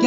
ギ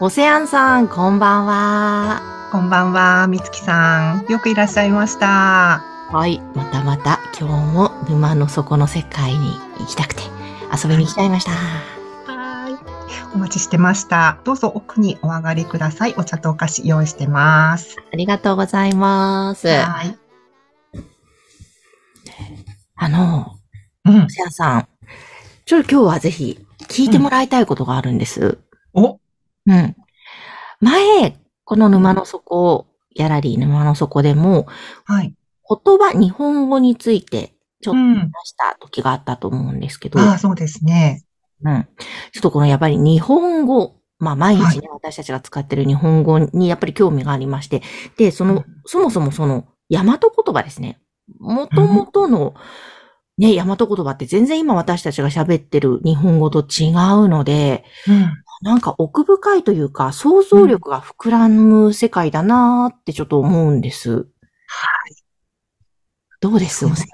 オセアンさん、こんばんは。こんばんはみつきさんよくいらっしゃいましたはい、またまた今日も沼の底の世界に行きたくて遊びに来ちゃいました。お待ちしてましたどうぞ奥にお上がりくださいお茶とお菓子用意してますありがとうございます。はいあの、うんおせやさん、ちょっと今日はぜひ聞いてもらいたいことがあるんです。おうん。前、この沼の底、ギャラリー沼の底でも、はい言葉、日本語についてちょうっとん話した時があったと思うんですけど、ああそうですねうん。ちょっとこのやっぱり日本語、まあ毎日ね、私たちが使ってる日本語にやっぱり興味がありまして、で、その、うんそもそもその、大和言葉ですね。もともとの、ね、大和言葉って全然今私たちが喋ってる日本語と違うので、うんなんか奥深いというか、想像力が膨らむ世界だなーってちょっと思うんです。どうです、そうおせんさ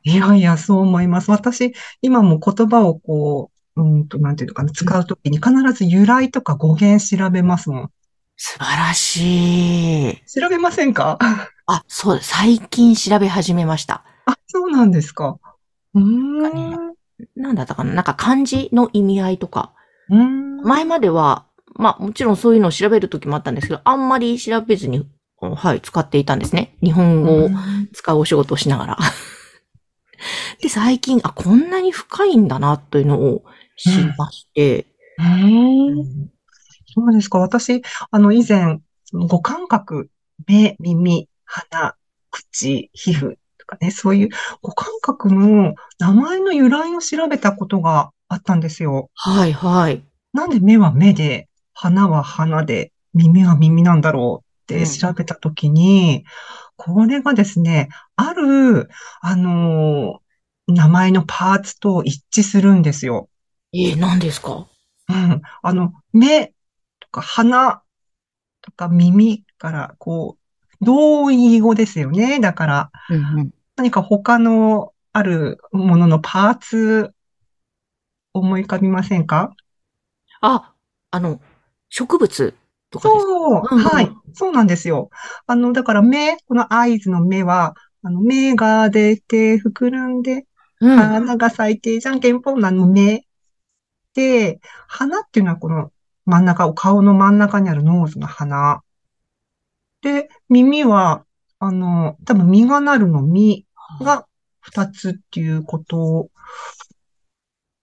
ん。いやいやそう思います私今も言葉をこううんとなんていうのかな使うときに必ず由来とか語源調べますもん素晴らしい。調べませんかあ、そう、最近調べ始めました。あそうなんですかうーんうなんだったかななんか漢字の意味合いとか。ーん前までは、まあもちろんそういうのを調べるときもあったんですけど、あんまり調べずに、はい、使っていたんですね。日本語をうん使うお仕事をしながら。 で、最近、あ、こんなに深いんだな、というのを知りまして。そうですか。私、あの、以前、その五感覚、目、耳、鼻、口、皮膚とかね、そういう五感覚の名前の由来を調べたことがあったんですよ。はい、はい。なんで目は目で、鼻は鼻で、耳は耳なんだろうっうてん調べたときに、これがですね、ある、あのー名前のパーツと一致するんですよ。えー、何ですかうん、 あの、目とか鼻とか耳から、こう、同意語ですよね。だから、うんうん。何か他のあるもののパーツ、思い浮かびませんかあ、あの、植物とかですかそう、うんうんはい、そうなんですよ。あの、だから目、この合図の目は、あの、目が出て膨らんで、うん。花が咲いて、じゃんけんぽんなの目。で、花っていうのはこの真ん中、お顔の真ん中にあるノーズの花。で、耳は、あの、多分実がなるの実が二つっていうこと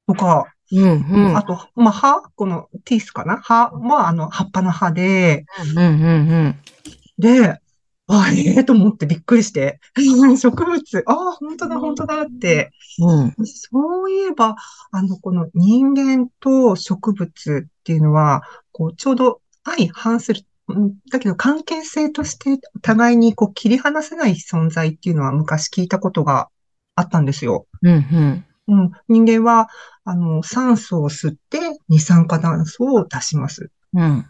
とか、うん、うん。あと、まあ、歯、このティスかな歯は、あの、葉っぱの歯で、うん、うん、うん。で、あ、ええと思ってびっくりして、 植物、ああ、本当だ、本当だって。うん。そういえば、あの、この人間と植物っていうのは、こう、ちょうど相反する、うんだけど関係性としてお互いにこう切り離せない存在っていうのは昔聞いたことがあったんですよ。うん、うん。うん、人間は、あの、酸素を吸って二酸化炭素を出します。うん。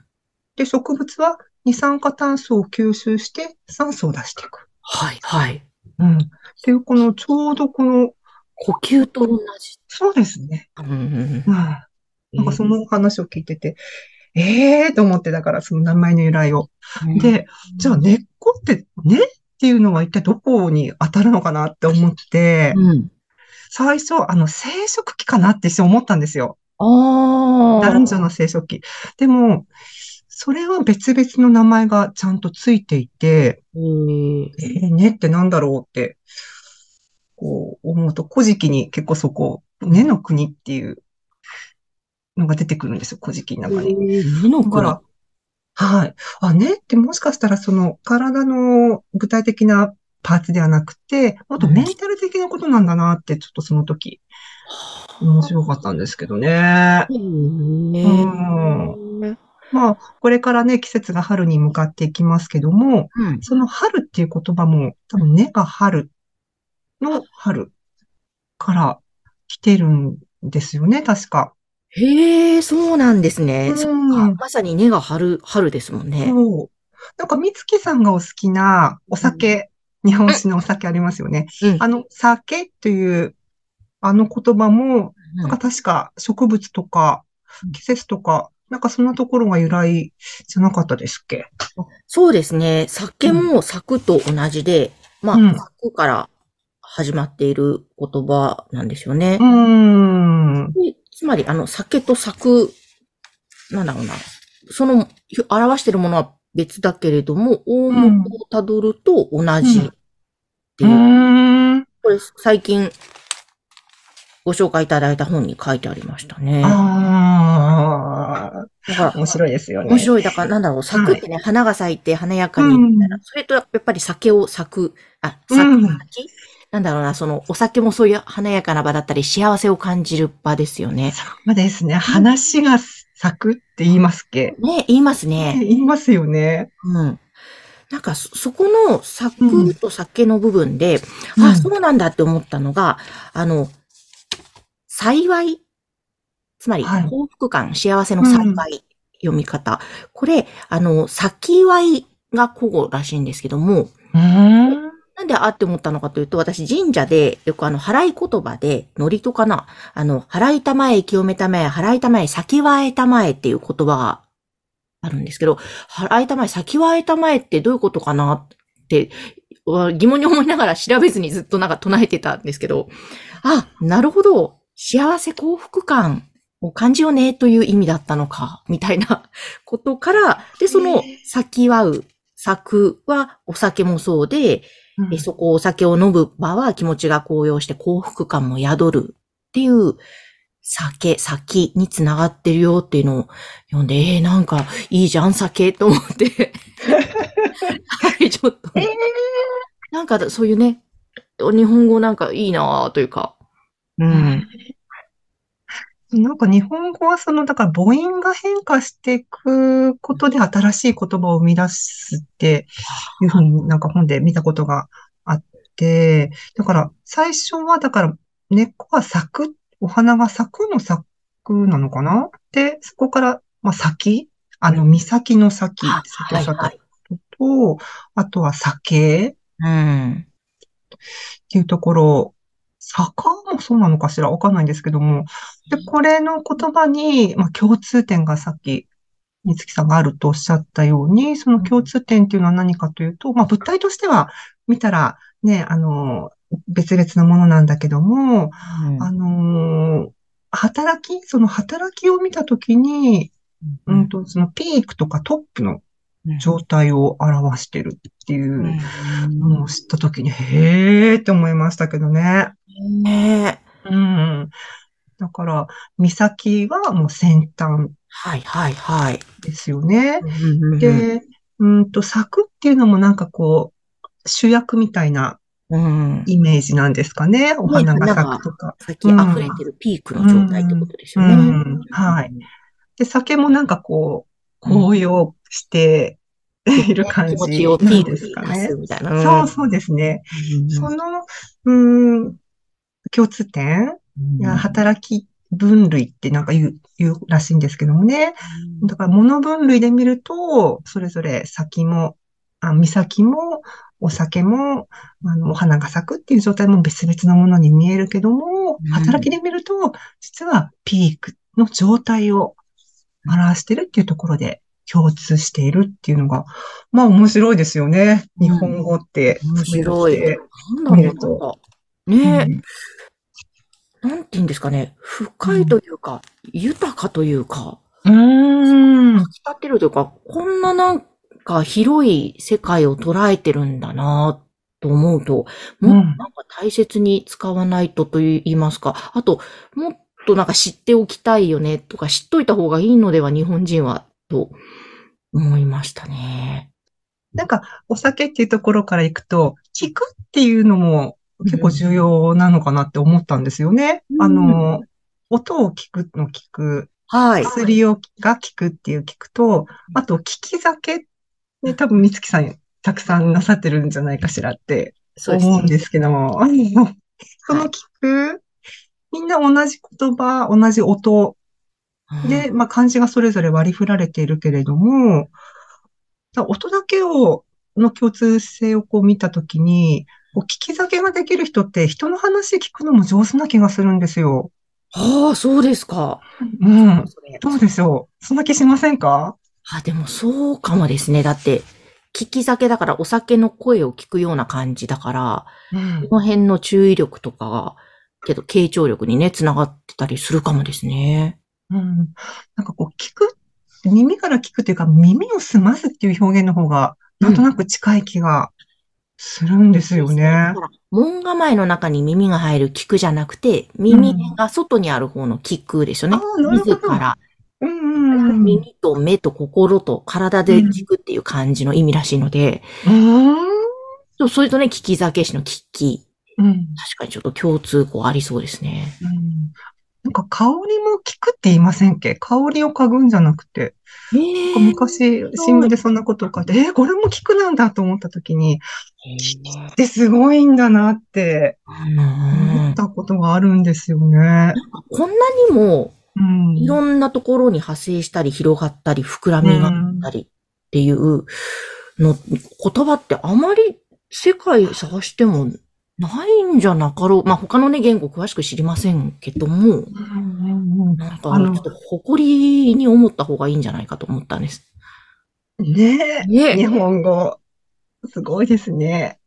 で、植物は二酸化炭素を吸収して酸素を出していく。はい、はい。うん。っていう、この、ちょうどこの、呼吸と同じ。そうですね。うんうんうん。なんかそ、の話を聞いてて、ええーと思って、だからその名前の由来を。うん、で、じゃあ根っこって、ねっていうのは一体どこに当たるのかなって思って、うん。最初、あの、生殖器かなって一瞬思ったんですよ。ああ。男女の生殖器。でも、それは別々の名前がちゃんとついていて、うん。えー、ねってなんだろうって、こう思うと、古事記に結構そこ、根の国っていうのが出てくるんですよ、古事記の中に。目のだか黒。ら、はい。あ、ねってもしかしたらその体の具体的なパーツではなくて、もっとメンタル的なことなんだなって、ちょっとその時、面白かったんですけどね。ねうんまあ、これからね、季節が春に向かっていきますけども、うんその春っていう言葉も、多分根が春の春から来てるんですよね、確か。へえ、そうなんですねう。んそっか。まさに根が張る、春ですもんね。そう。なんか、美月さんがお好きなお酒、日本酒のお酒ありますよね。うんあの、酒という、あの言葉も、うんなんか確か植物とかうん、季節とか、なんかそんなところが由来じゃなかったですっけそうですね。酒も柵と同じで、まあ、うん柵から始まっている言葉なんですよねう。ーん。でつまり、あの、酒と柵、なんだろうな。その、ひ表しているものは別だけれども、大元をたどると同じってういう。ーん。これ、最近、ご紹介いただいた本に書いてありましたね。ああ、だから面白いですよね。面白い。だから、なんだろう、咲くってね、花が咲いて華やかに、うんみたいなそれと、やっぱり酒を咲く、あ、咲うくん先、なんだろうな、その、お酒もそういう華やかな場だったり、幸せを感じる場ですよね。そうですね。話が咲くって言いますっけね、言いますね。言いますよね。うん。なんかそ、そこの咲くと酒の部分で、うんあ、そうなんだって思ったのが、あの、幸い、つまりはい幸福感、幸せの幸い、うん読み方。これ、あの、先祝いが古語らしいんですけども、うーん。なんであって思ったのかというと、私神社で、よくあの、払い言葉で、祝詞かな、あの、払いたまえ、清めたまえ、払いたまえ、先はえたまえっていう言葉があるんですけど、払いたまえ、先はえたまえってどういうことかなって、わ疑問に思いながら調べずにずっとなんか唱えてたんですけど、あ、なるほど、幸せ幸福感を感じようねという意味だったのか、みたいなことから、で、その、先はう、作はお酒もそうで、うんえそこお酒を飲む場は気持ちが高揚して幸福感も宿るっていう酒、先につながってるよっていうのを読んで、えー、なんかいいじゃん酒と思って。はい、ちょっと。えーなんかそういうね、日本語なんかいいなぁというか。うん。なんか日本語はその、だから母音が変化していくことで新しい言葉を生み出すっていうふうになんか本で見たことがあって、だから最初はだから根っこが咲く、お花が咲くの咲くなのかなで、そこから、まあ、咲き、あの、岬の咲き、は先をい、咲くはい。と、あとは酒うん。っていうところ、坂もそうなのかしらわかんないんですけども。で、これの言葉に、まあ、共通点がさっき、三月さんがあるとおっしゃったように、その共通点っていうのは何かというと、まあ、物体としては、見たら、ね、あの、別々のものなんだけども、あの働き、その働きを見たときに、ううんん。と、そのピークとかトップの状態を表してるっていうのを知ったときに、へーって思いましたけどね。うんねえうん。だから、岬はもう先端はい、はい、はい。ですよね。で、で、うんと、柵っていうのもなんかこう、主役みたいなうん。イメージなんですかね。お花が咲くとか。先溢れてるピークの状態ってことですよね。うんうんはい。で、酒もなんかこう、紅葉している感気じ持ちをピなんークですにか出ねす。みたいな。んそうそうですね。その、うん、共通点いや、働き分類ってなんか言う、言うらしいんですけどもね。だから物分類で見ると、それぞれ先も、あ、岬も、お酒も、あの、お花が咲くっていう状態も別々のものに見えるけどもうん、働きで見ると、実はピークの状態を表してるっていうところで共通しているっていうのが、まあ面白いですよね。うん日本語って。面白い。な見んだるろとう。ねうんなんて言うんですかね。深いというか、豊かというか、うーん。浸ってるというか、こんななんか広い世界を捉えてるんだなと思うと、もっとなんか大切に使わないとと言いますか、あと、もっとなんか知っておきたいよねとか、知っといた方がいいのでは、日本人は、と思いましたね。なんか、お酒っていうところから行くと、聞くっていうのも結構重要なのかなって思ったんですよね。うんあの、音を聞くの聞く、はい。薬をが聞くっていう聞くと、あと、聞き酒、ね、多分、美月さんたくさんなさってるんじゃないかしらってそうです思うんね。ですけども、あのその聞く、みんな同じ言葉、同じ音、で、まあ、漢字がそれぞれ割り振られているけれども、だ音だけを、の共通性をこう見たときに、こう聞き酒ができる人って人の話聞くのも上手な気がするんですよ。ああ、そうですか。うん。それどうでしょうそんな気しませんかあ、でもそうかもですね。だって、聞き酒だからお酒の声を聞くような感じだから、うんこ。の辺の注意力とかが、けど、傾聴力にね、つながってたりするかもですね。うん。なんかこう聞く、耳から聞くというか耳を澄ますっていう表現の方が、なんとなく近い気がするんですよねだか。ら門構えの中に耳が入る聞くじゃなくて、耳が外にある方の聞くですよね。ああなるほど自ら、うんうんうん。耳と目と心と体で聞くっていう感じの意味らしいので、うんそうそれとね、聞き酒師の聞き、うん。確かにちょっと共通項ありそうですね。うんなんか香りも効くって言いませんっけ香りを嗅ぐんじゃなくて。ええ昔、新聞でそんなことを書いて、えーこれも効くなんだと思った時に、で、すごいんだなって思ったことがあるんですよね。こんなにも、うん。いろんなところに派生したり、広がったり、膨らみがあったりっていうの、言葉ってあまり世界探してもないんじゃなかろう。まあ、他のね、言語詳しく知りませんけどうも、んうんなんか、ちあょのっと誇りに思った方がいいんじゃないかと思ったんです。うんねえ、日ね本語。すごいですね。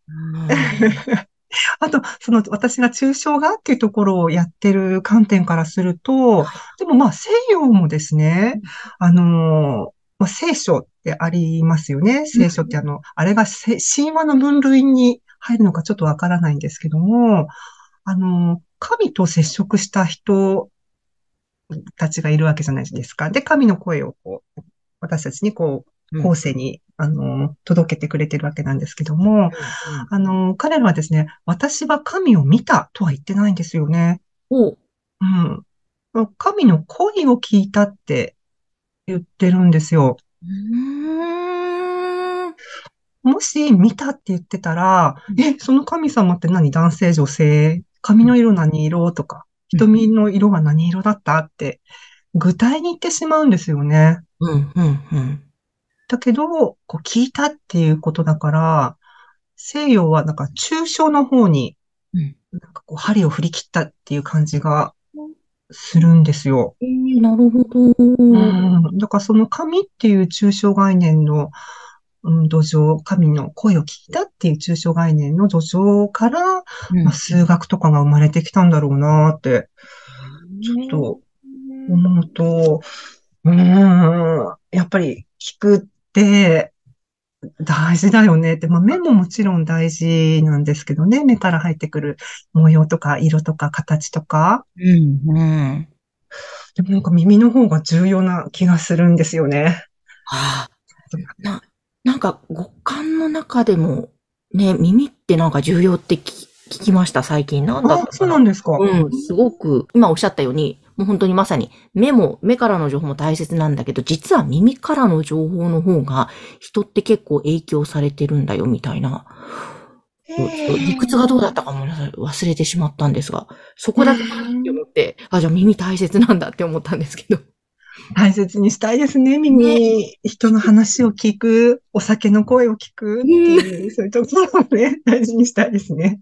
あと、その、私が抽象画っていうところをやってる観点からすると、でもまあ西洋もですね、あのーまあ、聖書ってありますよね。聖書ってあの、あれがせ神話の分類に入るのかちょっとわからないんですけども、あのー神と接触した人たちがいるわけじゃないですか。で、神の声をこう、私たちにこうう、ん後世に、あのー届けてくれてるわけなんですけども、あのー彼らはですね、私は神を見たとは言ってないんですよね。おうん。神の声を聞いたって言ってるんですよ。うん。もし見たって言ってたらう、んえ、その神様って何男性、女性髪の色何色とか、うん瞳の色は何色だったって、具体に言ってしまうんですよね。うん、うん、うん。だけど、こう聞いたっていうことだから、西洋はなんか抽象の方にうん、なんかこう針を振り切ったっていう感じがするんですよ。ええなるほど。うん、だからその神っていう抽象概念の、うん、土壌、神の声を聞いたっていう抽象概念の土壌から、まあ、数学とかが生まれてきたんだろうなって、ちょっと思うと、うん、やっぱり聞くって大事だよねって、まあ、目ももちろん大事なんですけどね、目から入ってくる模様とか色とか形とか、うん、うん。でもなんか耳の方が重要な気がするんですよね。ああ、な、なんか五感の中でも、ね、耳ってなんか重要って聞き聞きました、最近。なんだっあ、たそうかなんですか。うん、すごく、今おっしゃったように、もう本当にまさに、目も、目からの情報も大切なんだけど、実は耳からの情報の方が、人って結構影響されてるんだよ、みたいな。ちょっと理屈がどうだったかごめんなさい。忘れてしまったんですが、そこだけかなって思って、あ、じゃあ耳大切なんだって思ったんですけど。大切にしたいですね、耳。人の話を聞く、お酒の声を聞くっていう、そういうところをね、大事にしたいですね。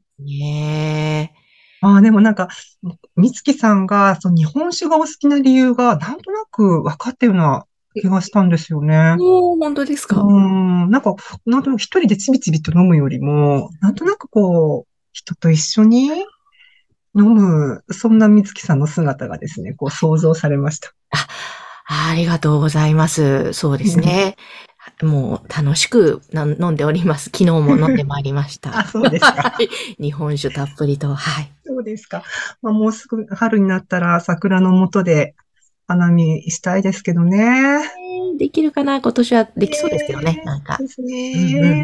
ねああ、でもなんか、美月さんが、その日本酒がお好きな理由が、なんとなく分かったような気がしたんですよねえ。。おー、本当ですうかん、なんか、なんとなく一人でちびちびと飲むよりも、なんとなくこう、人と一緒に飲む、そんな美月さんの姿がですね、こう想像されました。ありがとうございます。そうですね。もう楽しくな飲んでおり ます。昨日も飲んでまいりましあ、た。そうです か。日本酒たっぷりと、はい。そうですか。まあ、もうすぐ春になったら桜の下で花見したいですけどね。できるかな今年はできそうですけどね、なんか。ですうんうん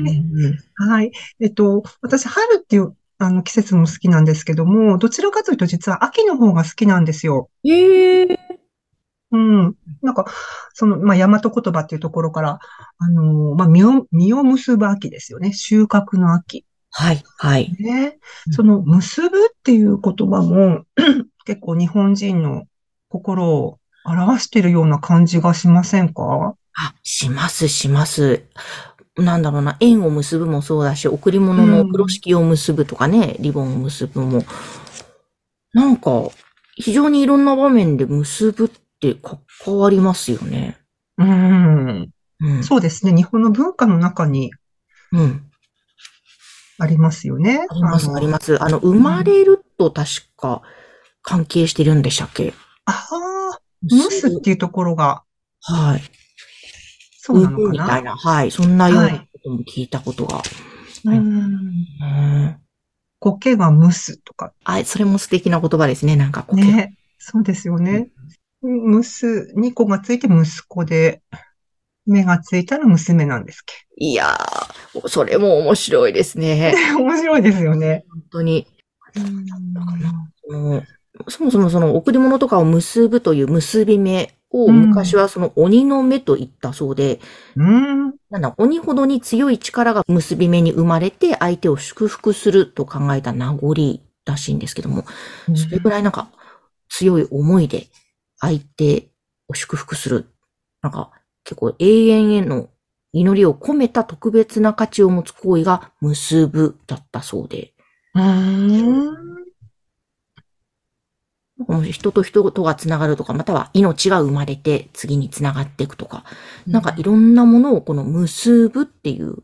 ね。うんうんはい。えっと、私、春っていう、あの、季節も好きなんですけども、どちらかというと実は秋の方が好きなんですよ。ええうん。なんか、その、まあ、大和言葉っていうところから、あのーまあ、実を、実を結ぶ秋ですよね。収穫の秋。はい、はい。ねう。んその、結ぶっていう言葉も、 結構日本人の心を表しているような感じがしませんかあ、します、します。なんだろうな、縁を結ぶもそうだし、贈り物うのん風呂敷を結ぶとかね、リボンを結ぶも。なんか、非常にいろんな場面で結ぶって関わりますよね。うん。うん。そうですね。日本の文化の中にうん。ありますよね。あります、ありす。ます。あの、生まれると確か関係してるんでしたっけああ、結ぶっていうところが、はい。そうなの産かむみたいな。な。はい。そんなようはないことも聞いたことが。うん。うん。苔が蒸すとかあ、それも素敵な言葉ですね。なんかこう、ね。そうですよね。むす、2個がついて息子で、目がついたら娘なんですっ いやー、それも面白いですね。け。面白いですよね。本当に。そのそもそもその贈り物とかを結ぶという結び目をうん昔はその鬼の目と言ったそうで、うん。なんだ、鬼ほどに強い力が結び目に生まれて相手を祝福すると考えた名残らしいんですけども、それぐらいなんか強い思いで相手を祝福する。なんか結構永遠への祈りを込めた特別な価値を持つ行為が結ぶだったそうで。うん。なんか人と人とがつながるとか、または命が生まれて次につながっていくとか、なんかいろんなものをこの結ぶっていう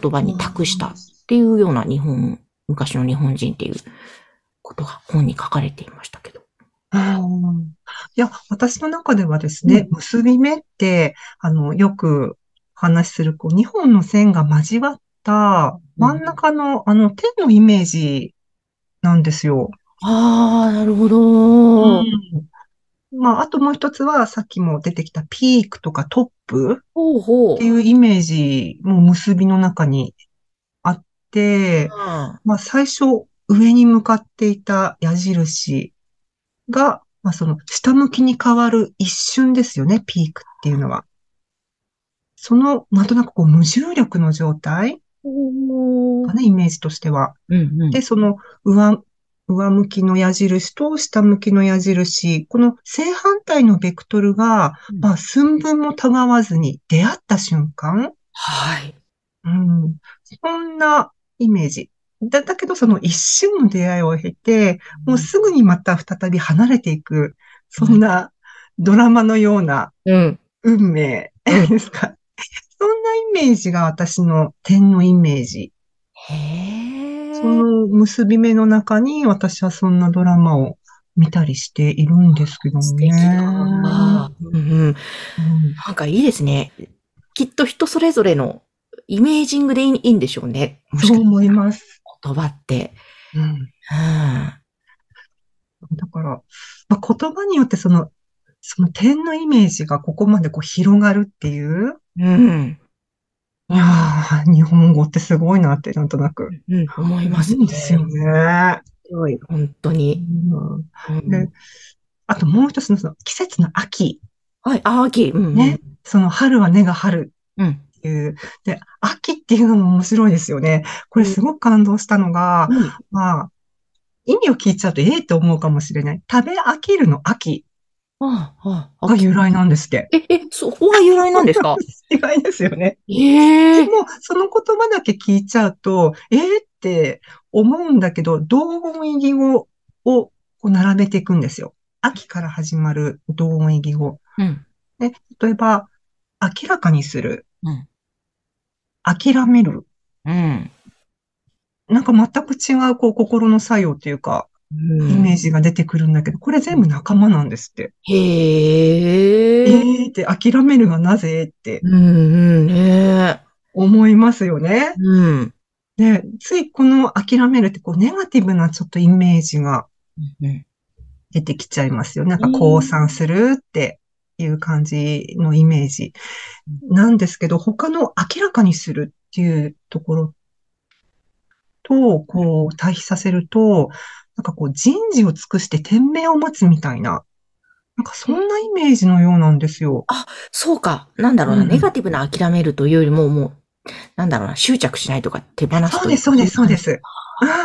言葉に託したっていうような日本、昔の日本人っていうことが本に書かれていましたけど。うんいや、私の中ではですね、結び目って、あの、よくお話しする、こう、2本の線が交わった、真ん中の、あの、点のイメージなんですよ。ああ、なるほど。うんまあ、あともう一つは、さっきも出てきたピークとかトップほうほうって。いうイメージも結びの中にあって、あまあ、最初、上に向かっていた矢印が、まあ、その、下向きに変わる一瞬ですよね、ピークっていうのは。その、なんとなくこう、無重力の状態ーかね、イメージとしては。うんうんで、その上、上向きの矢印と下向きの矢印、この正反対のベクトルが、うんまあ、寸分もたがわずに出会った瞬間、はい。うん、そんなイメージ。だ、だけどその一瞬の出会いを経て、もうすぐにまた再び離れていく、そんなドラマのようなうん。運命ですか。 そんなイメージが私の点のイメージ。へえ。その結び目の中に私はそんなドラマを見たりしているんですけども素ね敵。だな。うんうん。なんかいいですね。きっと人それぞれのイメージングでいいいいんでしょうね。うんもしかそうし思います。たら言葉って。うんうん。だから、まあ、言葉によってその、その点のイメージがここまでこう広がるっていう、うん。いやー、日本語ってすごいなってなんとなくうん。思います思うんですよね。すごい。本当うに。んうんねあともう一つのその季節の秋、はい。あ、秋。うん。ね。その春は根が張るうん。っていう。で、秋っていうのも面白いですよね。これすごく感動したのが、うん。まあ、意味を聞いちゃうとええって思うかもしれない。食べ飽きるの秋ああ、あが由来なんですって。え、え、そこが由来なんです か意外ですよね。えでえ。も、その言葉だけ聞いちゃうと、ええって思うんだけど、同音異義語をこう並べていくんですよ。秋から始まる同音異義語。うん。ね、例えば、明らかにする、うん。諦める、うん。なんか全く違うこう心の作用っていうか、イメージが出てくるんだけど、これ全部仲間なんですって。えへえ。ーって諦めるがなぜってうんうんね思いますよね。うん。で、ついこの諦めるってこうネガティブなちょっとイメージがうん出てきちゃいますよ。なんか降参するってっていう感じのイメージなんですけど、他の明らかにするっていうところと、こう、対比させると、なんかこう、人事を尽くして天命を待つみたいな、なんかそんなイメージのようなんですよ。そうか。なんだろうな、うんネガティブな諦めるというよりも、もう、なんだろうな、執着しないとか手放すとそうです、そうです、そうで。す。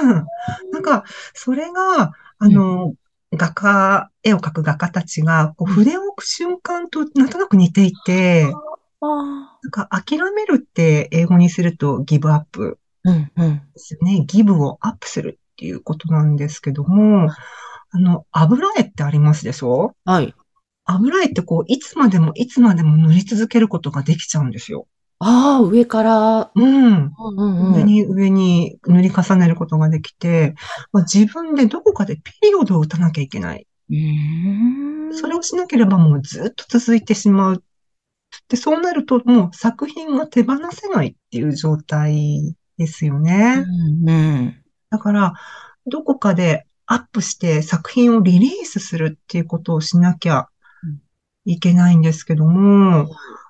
うん。 なんか、それが、あの、画家、絵を描く画家たちが、こう筆を置く瞬間となんとなく似ていて、あなんか諦めるって英語にするとギブアップあ。うん、うん。ですよね。ギブをアップするっていうことなんですけども、あの、油絵ってありますでしょはい。油絵ってこう、いつまでもいつまでも塗り続けることができちゃうんですよ。ああ、上から、うん。うんうん上うん。に上に塗り重ねることができて、まあ、自分でどこかでピリオドを打たなきゃいけない。うーんそれをしなければもうずっと続いてしまう。で、そうなるともう作品が手放せないっていう状態ですよね。うんうん。だから、どこかでアップして作品をリリースするっていうことをしなきゃいけないんですけども、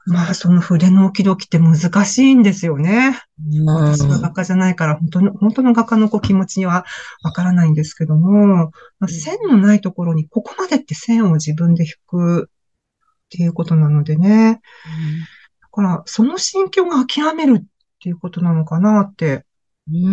まあ、その筆の置き時って難しいんですよね。うん私は画家じゃないから、本当の、本当の画家のこう気持ちはわからないんですけども、まあ線のないところにここまでって線を自分で引くっていうことなのでね。だから、その心境が諦めるっていうことなのかなってうー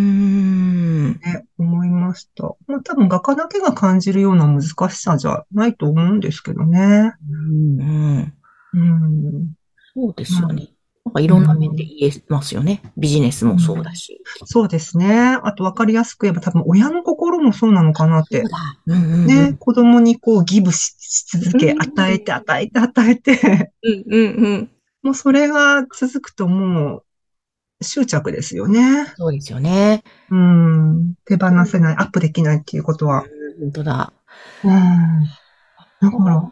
ん。ね、思いました。まあ多分画家だけが感じるような難しさじゃないと思うんですけどね。うん。うん。そうですよね。なんかいろんな面で言えますよね。ビジネスもそうだし。そうですね。あと分かりやすく言えば多分親の心もそうなのかなってそう。だ。うんうんうん。ね、子供にこうギブしし続けう、ん与えて与えて与えて、 うんうんうん。もうそれが続くともう執着ですよね。そうですよね。うん。手放せない、アップできないっていうことは。本当だ。うん。だから、は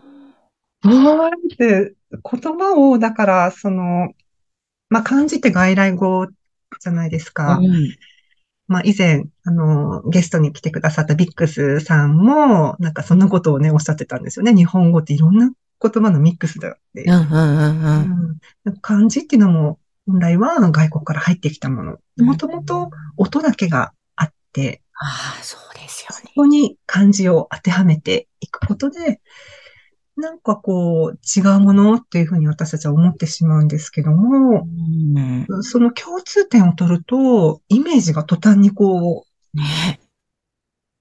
ーいって、言葉を、だから、その、まあ、漢字って外来語じゃないですか。うんまあ、以前、あの、ゲストに来てくださったビックスさんも、なんかそんなことをね、おっしゃってたんですよね。日本語っていろんな言葉のミックスだって。うんうんううんん漢字っていうのも、本来は外国から入ってきたもの。うん。もともと、音だけがあって、ああ、そうですよそね。こに漢字を当てはめていくことで、なんかこう、違うものっていうふうに私たちは思ってしまうんですけども、うんその共通点を取ると、イメージが途端にこう、ね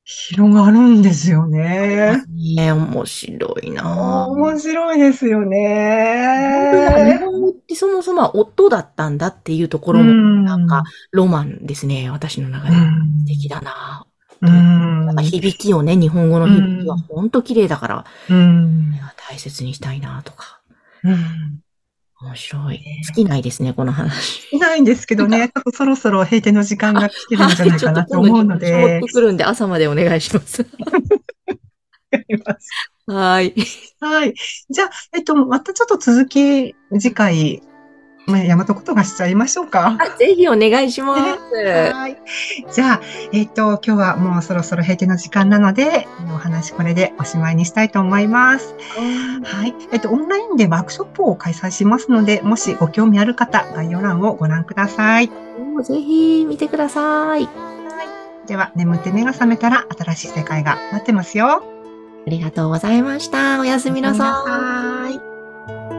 広がるんですよね。ね面白いなぁ。面白いですよ日ね。本語ってそもそもは夫だったんだっていうとこうろも、んなんか、ロマンですね、私の中うで。ん素敵だなぁ。うんなんか響きをね、日本語の響きはうんほんと綺麗だから、うん大切にしたいなぁとか。うん面白い。尽きないですね、この話。いないんですけどね、ちょっとそろそろ閉店の時間が来てるんじゃないかなと思うの はいちょっと今度で持って、くるんで朝までお願いします。 はい。はい。じゃあ、えっと、またちょっと続き、次回、まあ、大和ことがしちゃいましょうか。あぜひお願いします。 はい。じゃあ、えっと、今日はもうそろそろ閉店の時間なので、お話これでおしまいにしたいと思います。はい。えっと、オンラインでワークショップを開催しますので、もしご興味ある方、概要欄をご覧ください。もうぜひ見てください。あでは、眠って目が覚めたら新しい世界が待ってますよ。りがとうございました。おやすみなさい。い。